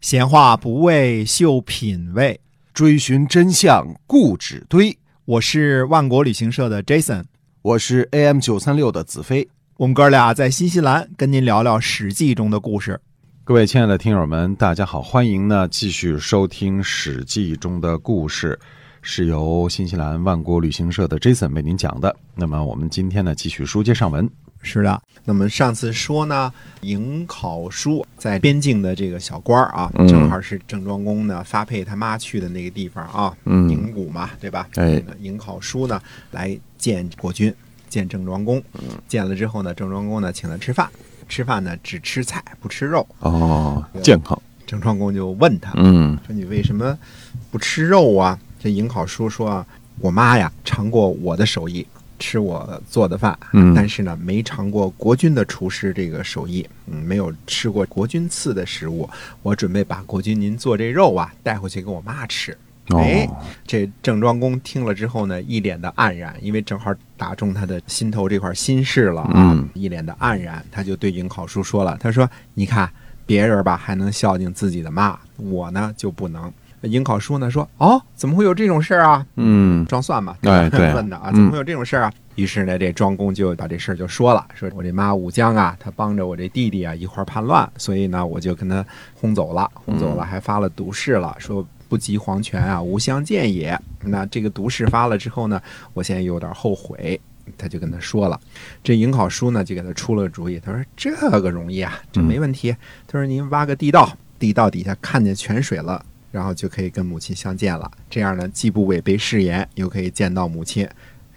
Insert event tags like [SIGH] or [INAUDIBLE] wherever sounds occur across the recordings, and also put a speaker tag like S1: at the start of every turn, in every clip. S1: 闲话不为秀品味，
S2: 追寻真相故纸堆。
S1: 我是万国旅行社的 Jason，
S2: 我是 AM 九三六的子飞。
S1: 我们哥俩在新西兰跟您聊聊《史记》中的故事。
S2: 各位亲爱的听友们，大家好，欢迎呢继续收听《史记》中的故事，是由新西兰万国旅行社的 Jason 为您讲的。那么我们今天呢继续书接上文。
S1: 是的，那么上次说呢，营考叔在边境的这个小官儿啊，
S2: 嗯
S1: 正好是郑庄公呢发配他妈去的那个地方啊，
S2: 嗯
S1: 营谷嘛，对吧？
S2: 哎，
S1: 营考叔呢来见国君，见郑庄公，见了之后呢，郑庄公呢请他吃饭，吃饭呢只吃菜不吃肉，
S2: 哦，健康。
S1: 郑庄公就问他
S2: 嗯
S1: 说：“你为什么不吃肉啊？”这营考叔说：“啊，我妈呀尝过我的手艺，吃我做的饭，
S2: 嗯
S1: 但是呢，没尝过国君的厨师这个手艺，嗯，没有吃过国君赐的食物。我准备把国君您做这肉啊带回去给我妈吃。”
S2: 哦
S1: 哎，这郑庄公听了之后呢，一脸的黯然，因为正好打中他的心头这块心事了啊，
S2: 嗯
S1: 一脸的黯然，他就对尹考叔说了，他说：“你看别人吧还能孝敬自己的妈，我呢就不能。”尹考叔呢说：“哦，怎么会有这种事儿啊？
S2: 嗯，
S1: 装蒜嘛，
S2: 哎对
S1: 问的啊，
S2: 嗯
S1: 怎么会有这种事儿啊？于是呢，这庄公就把这事儿就说了，说我这妈武姜啊，她帮着我这弟弟啊一块儿叛乱，所以呢，我就跟他轰走了，轰走
S2: 嗯
S1: 了，还发了毒誓了，说不及黄泉啊，无相见也。那这个毒誓发了之后呢，我现在有点后悔。他就跟他说了，这尹考叔呢就给他出了主意，他说这个容易啊，
S2: 嗯
S1: 这没问题。他说您挖个地道，地道底下看见泉水了，然后就可以跟母亲相见了。这样呢，既不违背誓言，又可以见到母亲。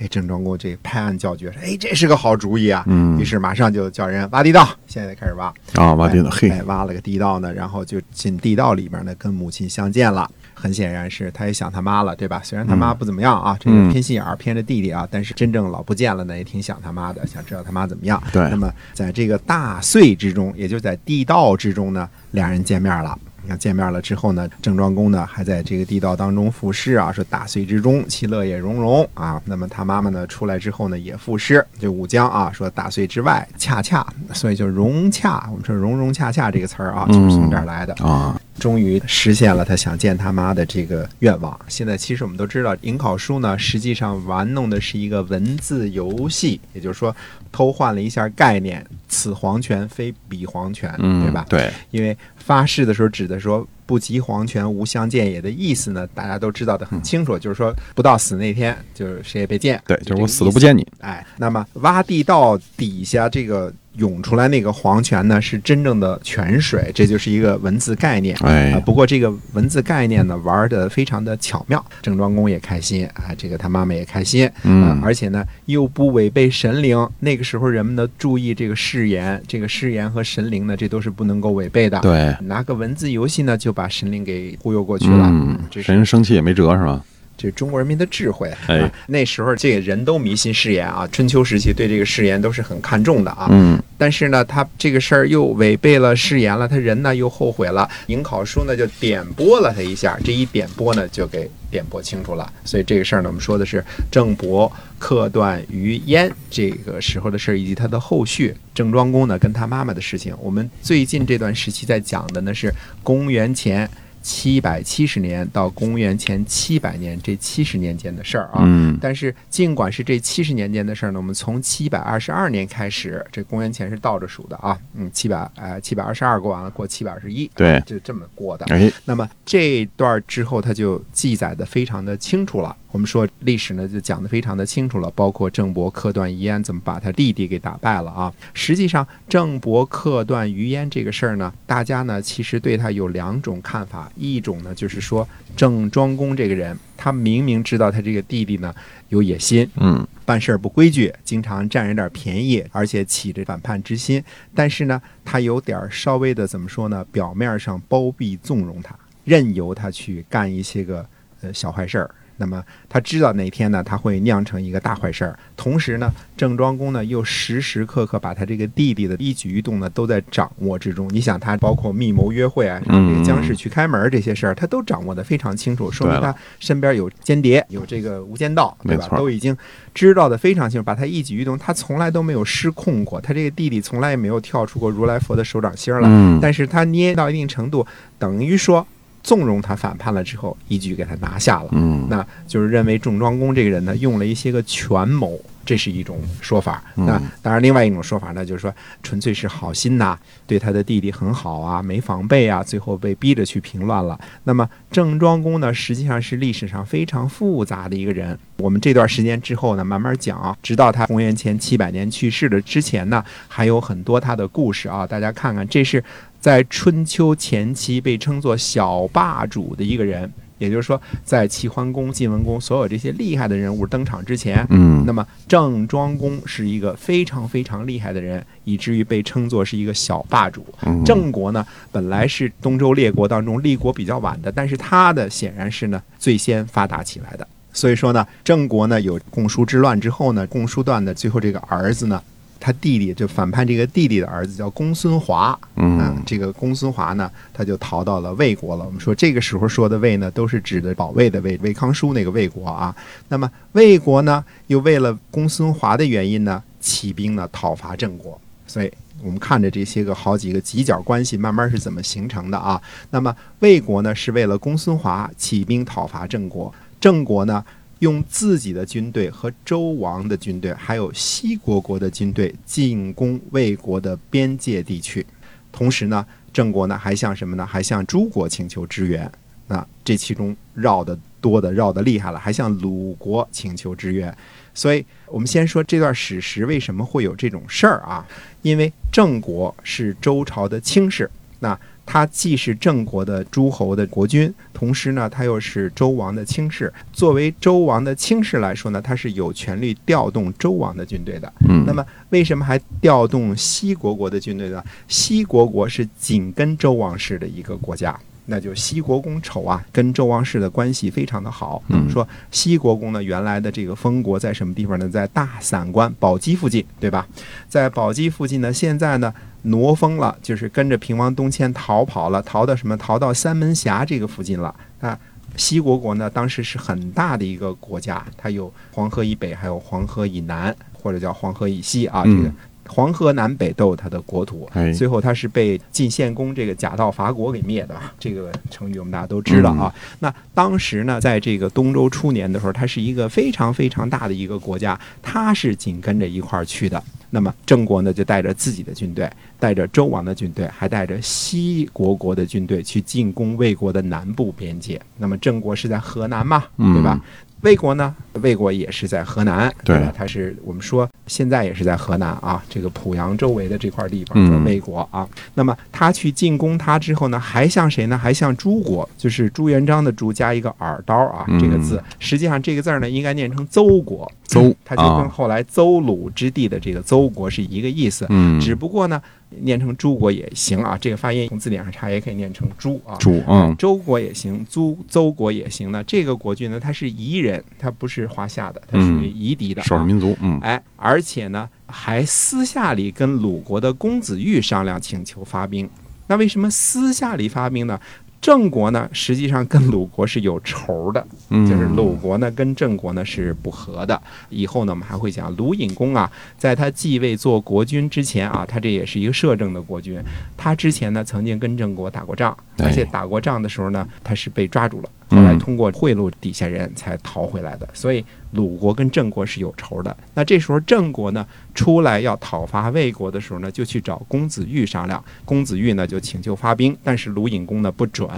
S1: 哎，郑庄公这拍案叫绝，说哎，这是个好主意啊！
S2: 嗯
S1: 于是马上就叫人挖地道，现在开始挖。
S2: 啊，挖地道，
S1: 哎
S2: 嘿，
S1: 哎，挖了个地道呢，然后就进地道里边呢，跟母亲相见了。很显然是他也想他妈了，对吧？虽然他妈不怎么样啊，这
S2: 嗯
S1: 个偏心眼儿偏着弟弟啊，但是真正老不见了呢，也挺想他妈的，想知道他妈怎么样。
S2: 对
S1: 那么在这个大隧之中，也就在地道之中呢，俩人见面了。那见面了之后呢，郑庄公呢还在这个地道当中赋诗啊，说大隧之中，其乐也融融啊。那么他妈妈呢出来之后呢，也赋诗，就武姜啊说大隧之外恰恰，所以就融洽。我们说融融洽洽这个词儿啊，就是从这儿来的。
S2: 啊，
S1: 终于实现了他想见他妈的这个愿望。现在其实我们都知道，引考书呢，实际上玩弄的是一个文字游戏，也就是说偷换了一下概念，此皇权非彼皇权，
S2: 嗯，
S1: 对吧？
S2: 对，
S1: 因为发誓的时候指的说“不及黄泉无相见也”的意思呢，大家都知道的很清楚，就是说不到死那天，就是谁也别见。
S2: 对，就是我死都
S1: 见。
S2: 不见你。
S1: 哎，那么挖地道底下这个涌出来那个黄泉呢，是真正的泉水，这就是一个文字概念。
S2: 哎
S1: 啊，不过这个文字概念呢，玩的非常的巧妙，郑庄公也开心啊，这个他妈妈也开心，
S2: 嗯
S1: 啊而且呢又不违背神灵。那个时候人们呢注意这个誓言，这个誓言和神灵呢，这都是不能够违背的。，
S2: 对，
S1: 拿个文字游戏呢，就把神灵给忽悠过去了。啊这是
S2: 嗯神生气也没辙是吧？
S1: 这是中国人民的智慧。
S2: 哎
S1: 啊那时候这个人都迷信誓言啊，春秋时期对这个誓言都是很看重的啊。
S2: 嗯
S1: 但是呢，他这个事儿又违背了誓言了，他人呢又后悔了。颍考叔呢就点拨了他一下，这一点拨呢就给点拨清楚了。所以这个事儿呢，我们说的是郑伯克段于鄢这个时候的事儿，以及他的后续郑庄公呢跟他妈妈的事情。我们最近这段时期在讲的呢是公元前。七百七十年到公元前七百年这七十年间的事儿啊，
S2: 嗯
S1: 但是尽管是这七十年间的事儿呢，我们从七百二十二年开始，这公元前是倒着数的啊，嗯，七百呃七百二十二过完了，过七百二十一，
S2: 对
S1: 就这么过的。
S2: 哎
S1: 那么这段儿之后，它就记载的非常的清楚了。我们说历史呢，就讲的非常的清楚了，包括郑伯克段于鄢怎么把他弟弟给打败了啊。实际上，郑伯克段于鄢这个事儿呢，大家呢其实对他有两种看法，一种呢就是说郑庄公这个人，他明明知道他这个弟弟呢有野心，
S2: 嗯
S1: 办事儿不规矩，经常占人点儿便宜，而且起着反叛之心。但是呢，他有点儿稍微的怎么说呢？表面上包庇纵容他，任由他去干一些个呃小坏事儿。那么他知道哪天呢，他会酿成一个大坏事儿。同时呢，郑庄公呢又时时刻刻把他这个弟弟的一举一动呢都在掌握之中。你想，他包括密谋约会啊，什么这个姜氏去开门这些事儿，他都掌握的非常清楚，说明
S2: 对了
S1: 他身边有间谍，有这个无间道，对
S2: 没
S1: 吧？
S2: 错
S1: 都已经知道的非常清楚，把他一举一动，他从来都没有失控过，他这个弟弟从来也没有跳出过如来佛的手掌心儿来。
S2: 嗯，
S1: 但是他捏到一定程度，等于说纵容他反叛了之后，一举给他拿下了。
S2: 嗯，
S1: 那就是认为郑庄公这个人呢，用了一些个权谋，这是一种说法。
S2: 嗯
S1: 那当然，另外一种说法呢，就是说纯粹是好心呐、对他的弟弟很好啊，没防备啊，最后被逼着去平乱了。那么郑庄公呢，实际上是历史上非常复杂的一个人。我们这段时间之后呢，慢慢讲啊，直到他公元前七百年去世的之前呢，还有很多他的故事啊，大家看看，这是在春秋前期被称作小霸主的一个人。也就是说，在齐桓公、晋文公所有这些厉害的人物登场之前，
S2: 嗯，
S1: 那么郑庄公是一个非常非常厉害的人，以至于被称作是一个小霸主。
S2: 嗯
S1: 郑国呢，本来是东周列国当中立国比较晚的，但是它的显然是呢最先发达起来的。所以说呢，郑国呢有共叔之乱之后呢，共叔段的最后这个儿子呢，他弟弟就反叛这个弟弟的儿子叫公孙华，
S2: 嗯
S1: 啊这个公孙华呢，他就逃到了魏国了。我们说这个时候说的魏呢，都是指的保卫的魏，魏康叔那个魏国啊。那么魏国呢，又为了公孙华的原因呢，起兵呢讨伐郑国。所以我们看着这些个好几个犄角关系慢慢是怎么形成的啊。那么魏国呢，是为了公孙华起兵讨伐郑国，郑国呢。用自己的军队和周王的军队，还有西国国的军队进攻魏国的边界地区，同时呢，郑国呢还向什么呢？还向诸国请求支援。那这其中绕得多的，绕得厉害了，还向鲁国请求支援。所以，我们先说这段史实为什么会有这种事儿啊？因为郑国是周朝的卿氏，那他既是郑国的诸侯的国君，同时呢，他又是周王的卿氏。作为周王的卿氏来说呢，他是有权利调动周王的军队的。
S2: 嗯，
S1: 那么为什么还调动西国国的军队呢？西国国是紧跟周王室的一个国家，那就西国公丑啊，跟周王室的关系非常的好。
S2: 嗯
S1: 说西国公呢，原来的这个封国在什么地方呢？在大散关宝鸡附近，对吧？在宝鸡附近呢，现在呢。挪封了，就是跟着平王东迁逃跑了，逃到什么？逃到三门峡这个附近了。啊，西国国呢，当时是很大的一个国家，它有黄河以北，还有黄河以南，或者叫黄河以西啊，这个
S2: 嗯
S1: 黄河南北都有它的国土。
S2: 哎
S1: 最后它是被晋献公这个假道伐国给灭的，这个成语我们大家都知道啊。
S2: 嗯
S1: 那当时呢，在这个东周初年的时候，它是一个非常非常大的一个国家，它是紧跟着一块儿去的。那么郑国呢，就带着自己的军队，带着周王的军队，还带着西国国的军队去进攻魏国的南部边界。那么郑国是在河南嘛，
S2: 嗯
S1: 对吧？魏国呢，魏国也是在河南，
S2: 对
S1: 吧？它是我们说现在也是在河南啊，这个濮阳周围的这块地方
S2: 嗯
S1: 叫魏国啊。那么他去进攻他之后呢，还向谁呢？还向诸国，就是朱元璋的朱加一个耳刀啊，
S2: 嗯
S1: 这个字，实际上这个字儿呢应该念成邹国，
S2: 邹
S1: 它就跟
S2: 啊
S1: 后来邹鲁之地的这个邹国是一个意思。
S2: 嗯，
S1: 只不过呢，念成诸国也行啊，这个发音从字典上查也可以念成诸啊。
S2: 主嗯
S1: 周国也行，邹邹国也行呢。这个国君呢，他是夷人，他不是华夏的，他属于夷狄的、啊。
S2: 嗯少数民族嗯
S1: 哎，而且呢，还私下里跟鲁国的公子玉商量请求发兵。那为什么私下里发兵呢？郑国呢，实际上跟鲁国是有仇的，
S2: 嗯，
S1: 就是鲁国呢跟郑国呢是不和的。以后呢，我们还会讲鲁隐公啊，在他继位做国君之前啊，他这也是一个摄政的国君。他之前呢曾经跟郑国打过仗，
S2: 哎
S1: 而且打过仗的时候呢，他是被抓住了，后来通过贿赂底下人才逃回来的。所以鲁国跟郑国是有仇的。那这时候郑国呢出来要讨伐魏国的时候呢，就去找公子玉商量。公子玉呢就请求发兵，但是鲁隐公呢不准，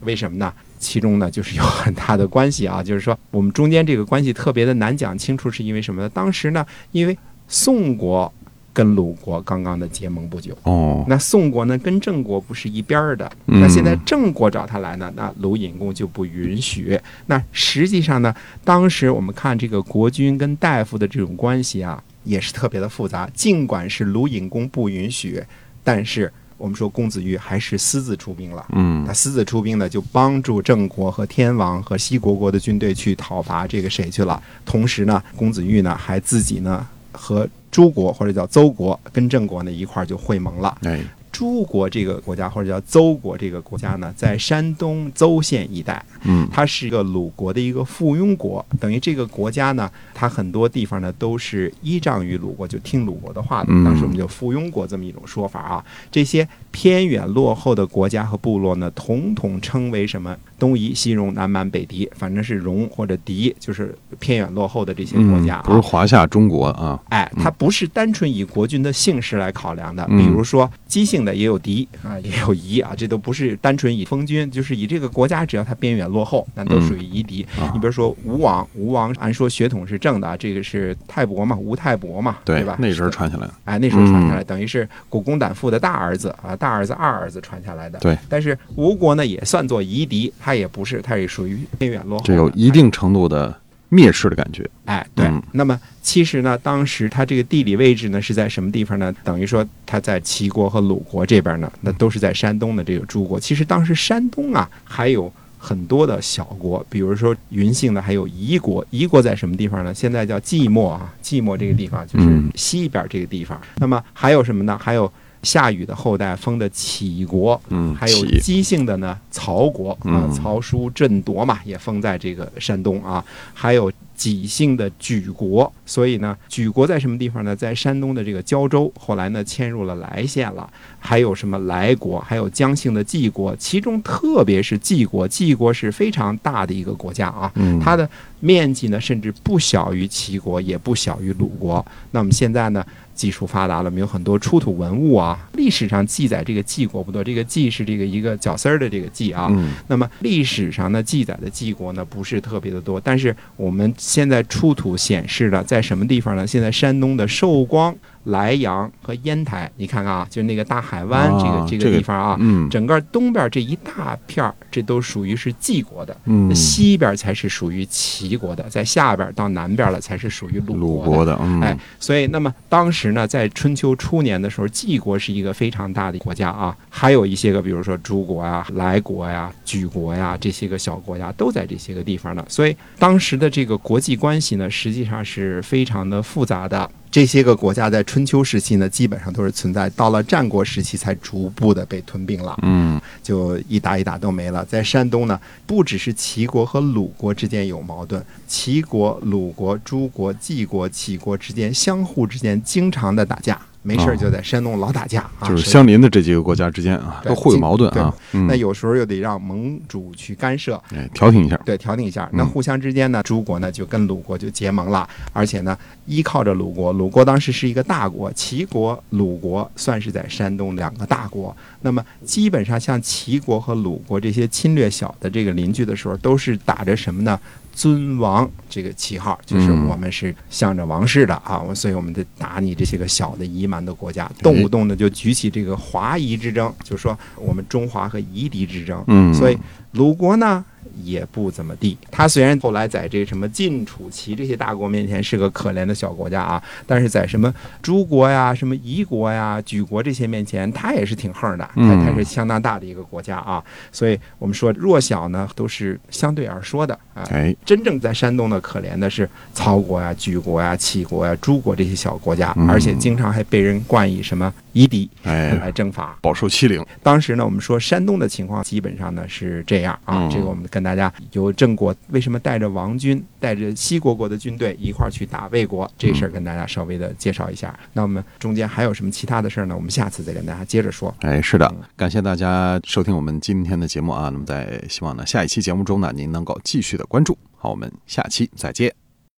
S1: 为什么呢？其中呢，就是有很大的关系啊，就是说我们中间这个关系特别的难讲清楚，是因为什么呢？当时呢，因为宋国跟鲁国刚刚的结盟不久，
S2: 哦，
S1: 那宋国呢跟郑国不是一边儿的，
S2: 嗯
S1: 那现在郑国找他来呢，那鲁隐公就不允许。那实际上呢，当时我们看这个国君跟大夫的这种关系啊，也是特别的复杂。尽管是鲁隐公不允许，但是我们说公子玉还是私自出兵了。
S2: 嗯
S1: 他私自出兵呢，就帮助郑国和天王和西国国的军队去讨伐这个谁去了。同时呢，公子玉呢还自己呢和诸国或者叫邹国跟郑国呢一块儿就会盟了。
S2: 哎
S1: 诸国这个国家或者叫邹国这个国家呢，在山东邹县一带，
S2: 嗯
S1: 它是一个鲁国的一个附庸国，等于这个国家呢，它很多地方呢都是依仗于鲁国，就听鲁国的话的
S2: 嗯。
S1: 当时我们就附庸国这么一种说法啊。这些偏远落后的国家和部落呢，统统称为什么东夷、西戎、南蛮、北狄，反正是戎或者狄，就是偏远落后的这些国
S2: 嗯
S1: 家啊。，
S2: 不是华夏中国啊，
S1: 哎，它不是单纯以国君的姓氏来考量的，
S2: 嗯
S1: 比如说姬姓的也有狄啊，也有夷啊，这都不是单纯以封君，就是以这个国家只要它边远落后，那都属于夷狄。
S2: 啊
S1: 你比如说吴王，吴王按说血统是正的啊，这个是泰伯嘛，吴泰伯嘛，对吧？
S2: 那时候传下来嗯的，
S1: 哎，那时候传下来，等于是古公胆父的大儿子啊，大儿子、二儿子传下来的。
S2: 对，
S1: 但是吴国呢也算作夷狄，它也不是，它也属于边远落后的。
S2: 这有一定程度的蔑视的感觉。
S1: 哎，对。
S2: 嗯
S1: 那么其实呢，当时它这个地理位置呢是在什么地方呢？等于说它在齐国和鲁国这边
S2: 嗯
S1: 呢，那都是在山东的这个诸国。其实当时山东啊还有。很多的小国，比如说云姓的，还有夷国。夷国在什么地方呢？现在叫寂寞啊，寂寞这个地方就是
S2: 嗯
S1: 西边这个地方。那么还有什么呢？还有夏禹的后代封的杞国，
S2: 嗯，
S1: 还有
S2: 起
S1: 姬姓的呢，曹国啊
S2: 嗯，
S1: 曹叔振铎嘛，也封在这个山东啊，还有己姓的莒国，所以呢，莒国在什么地方呢？在山东的这个胶州，后来呢迁入了莱县了，还有什么莱国，还有姜姓的纪国，其中特别是纪国，纪国是非常大的一个国家啊，
S2: 嗯，
S1: 它的面积呢，甚至不小于齐国，也不小于鲁国。那么现在呢，技术发达了，我们有很多出土文物啊。历史上记载这个晋国不多，这个晋是这个一个绞丝儿的这个晋啊。
S2: 嗯
S1: 那么历史上呢，记载的晋国呢不是特别的多，但是我们现在出土显示的在什么地方呢？现在山东的寿光、莱阳和烟台，你看看啊，就那个大海湾这个、
S2: 啊
S1: 这
S2: 这
S1: 个
S2: 个
S1: 地方啊，
S2: 嗯
S1: 整个东边这一大片儿，这都属于是晋国的。
S2: 嗯，
S1: 西边才是属于齐国的，在下边到南边了才是属于鲁
S2: 鲁
S1: 的。
S2: 国的，嗯，
S1: 哎，所以那么当时呢，在春秋初年的时候，晋国是一个非常大的国家啊，还有一些个，比如说诸国呀、莱国呀、莒国呀这些个小国家都在这些个地方呢。所以当时的这个国际关系呢，实际上是非常的复杂的。这些个国家在春秋时期呢，基本上都是存在，到了战国时期才逐步的被吞并了。
S2: 嗯
S1: 就一打一打都没了。在山东呢，不只是齐国和鲁国之间有矛盾，齐国、鲁国、诸国、晋国、齐国之间相互之间经常的打架，没事
S2: 哦
S1: 儿就在山东老打架啊，
S2: 就是
S1: 谁
S2: 相邻的这几个国家之间啊，
S1: 对
S2: 都互有
S1: 进
S2: 矛盾啊，嗯
S1: 那，有时候又得让盟主去干涉。
S2: 哎，调停一下，
S1: 对，调停一下。那
S2: 嗯
S1: 互相之间呢，诸国呢就跟鲁国就结盟了，而且呢，依靠着鲁国，鲁国当时是一个大国，齐国、鲁国算是在山东两个大国。那么基本上像齐国和鲁国这些侵略小的这个邻居的时候，都是打着什么呢？尊王这个旗号，就是
S2: 嗯
S1: 我们是向着王室的啊，我所以我们得打你这些个小的夷蛮的国家，动不动的就举起这个华夷之争，就说我们中华和夷狄之争。
S2: 嗯
S1: 所以鲁国呢也不怎么地。他虽然后来在这什么晋、楚、齐这些大国面前是个可怜的小国家啊，但是在什么诸国呀、什么夷国呀、莒国这些面前，他也是挺横的，他
S2: 嗯
S1: 他是相当大的一个国家啊。所以我们说弱小呢都是相对而说的啊。
S2: 哎，
S1: 真正在山东的可怜的是曹国呀、莒国呀、齐国呀、诸国这些小国家，
S2: 嗯
S1: 而且经常还被人冠以什么夷狄
S2: 哎，
S1: [LAUGHS] 来征伐。
S2: 饱受欺凌，
S1: 当时呢，我们说山东的情况基本上呢是这样啊，
S2: 嗯
S1: 这个我们跟大家由郑国为什么带着王军、带着西国国的军队一块儿去打魏国这事儿，跟大家稍微的介绍一下。那我们中间还有什么其他的事儿呢？我们下次再跟大家接着说。
S2: 哎，是的，感谢大家收听我们今天的节目啊。那么，在希望呢，下一期节目中呢，您能够继续的关注。好，我们下期再见。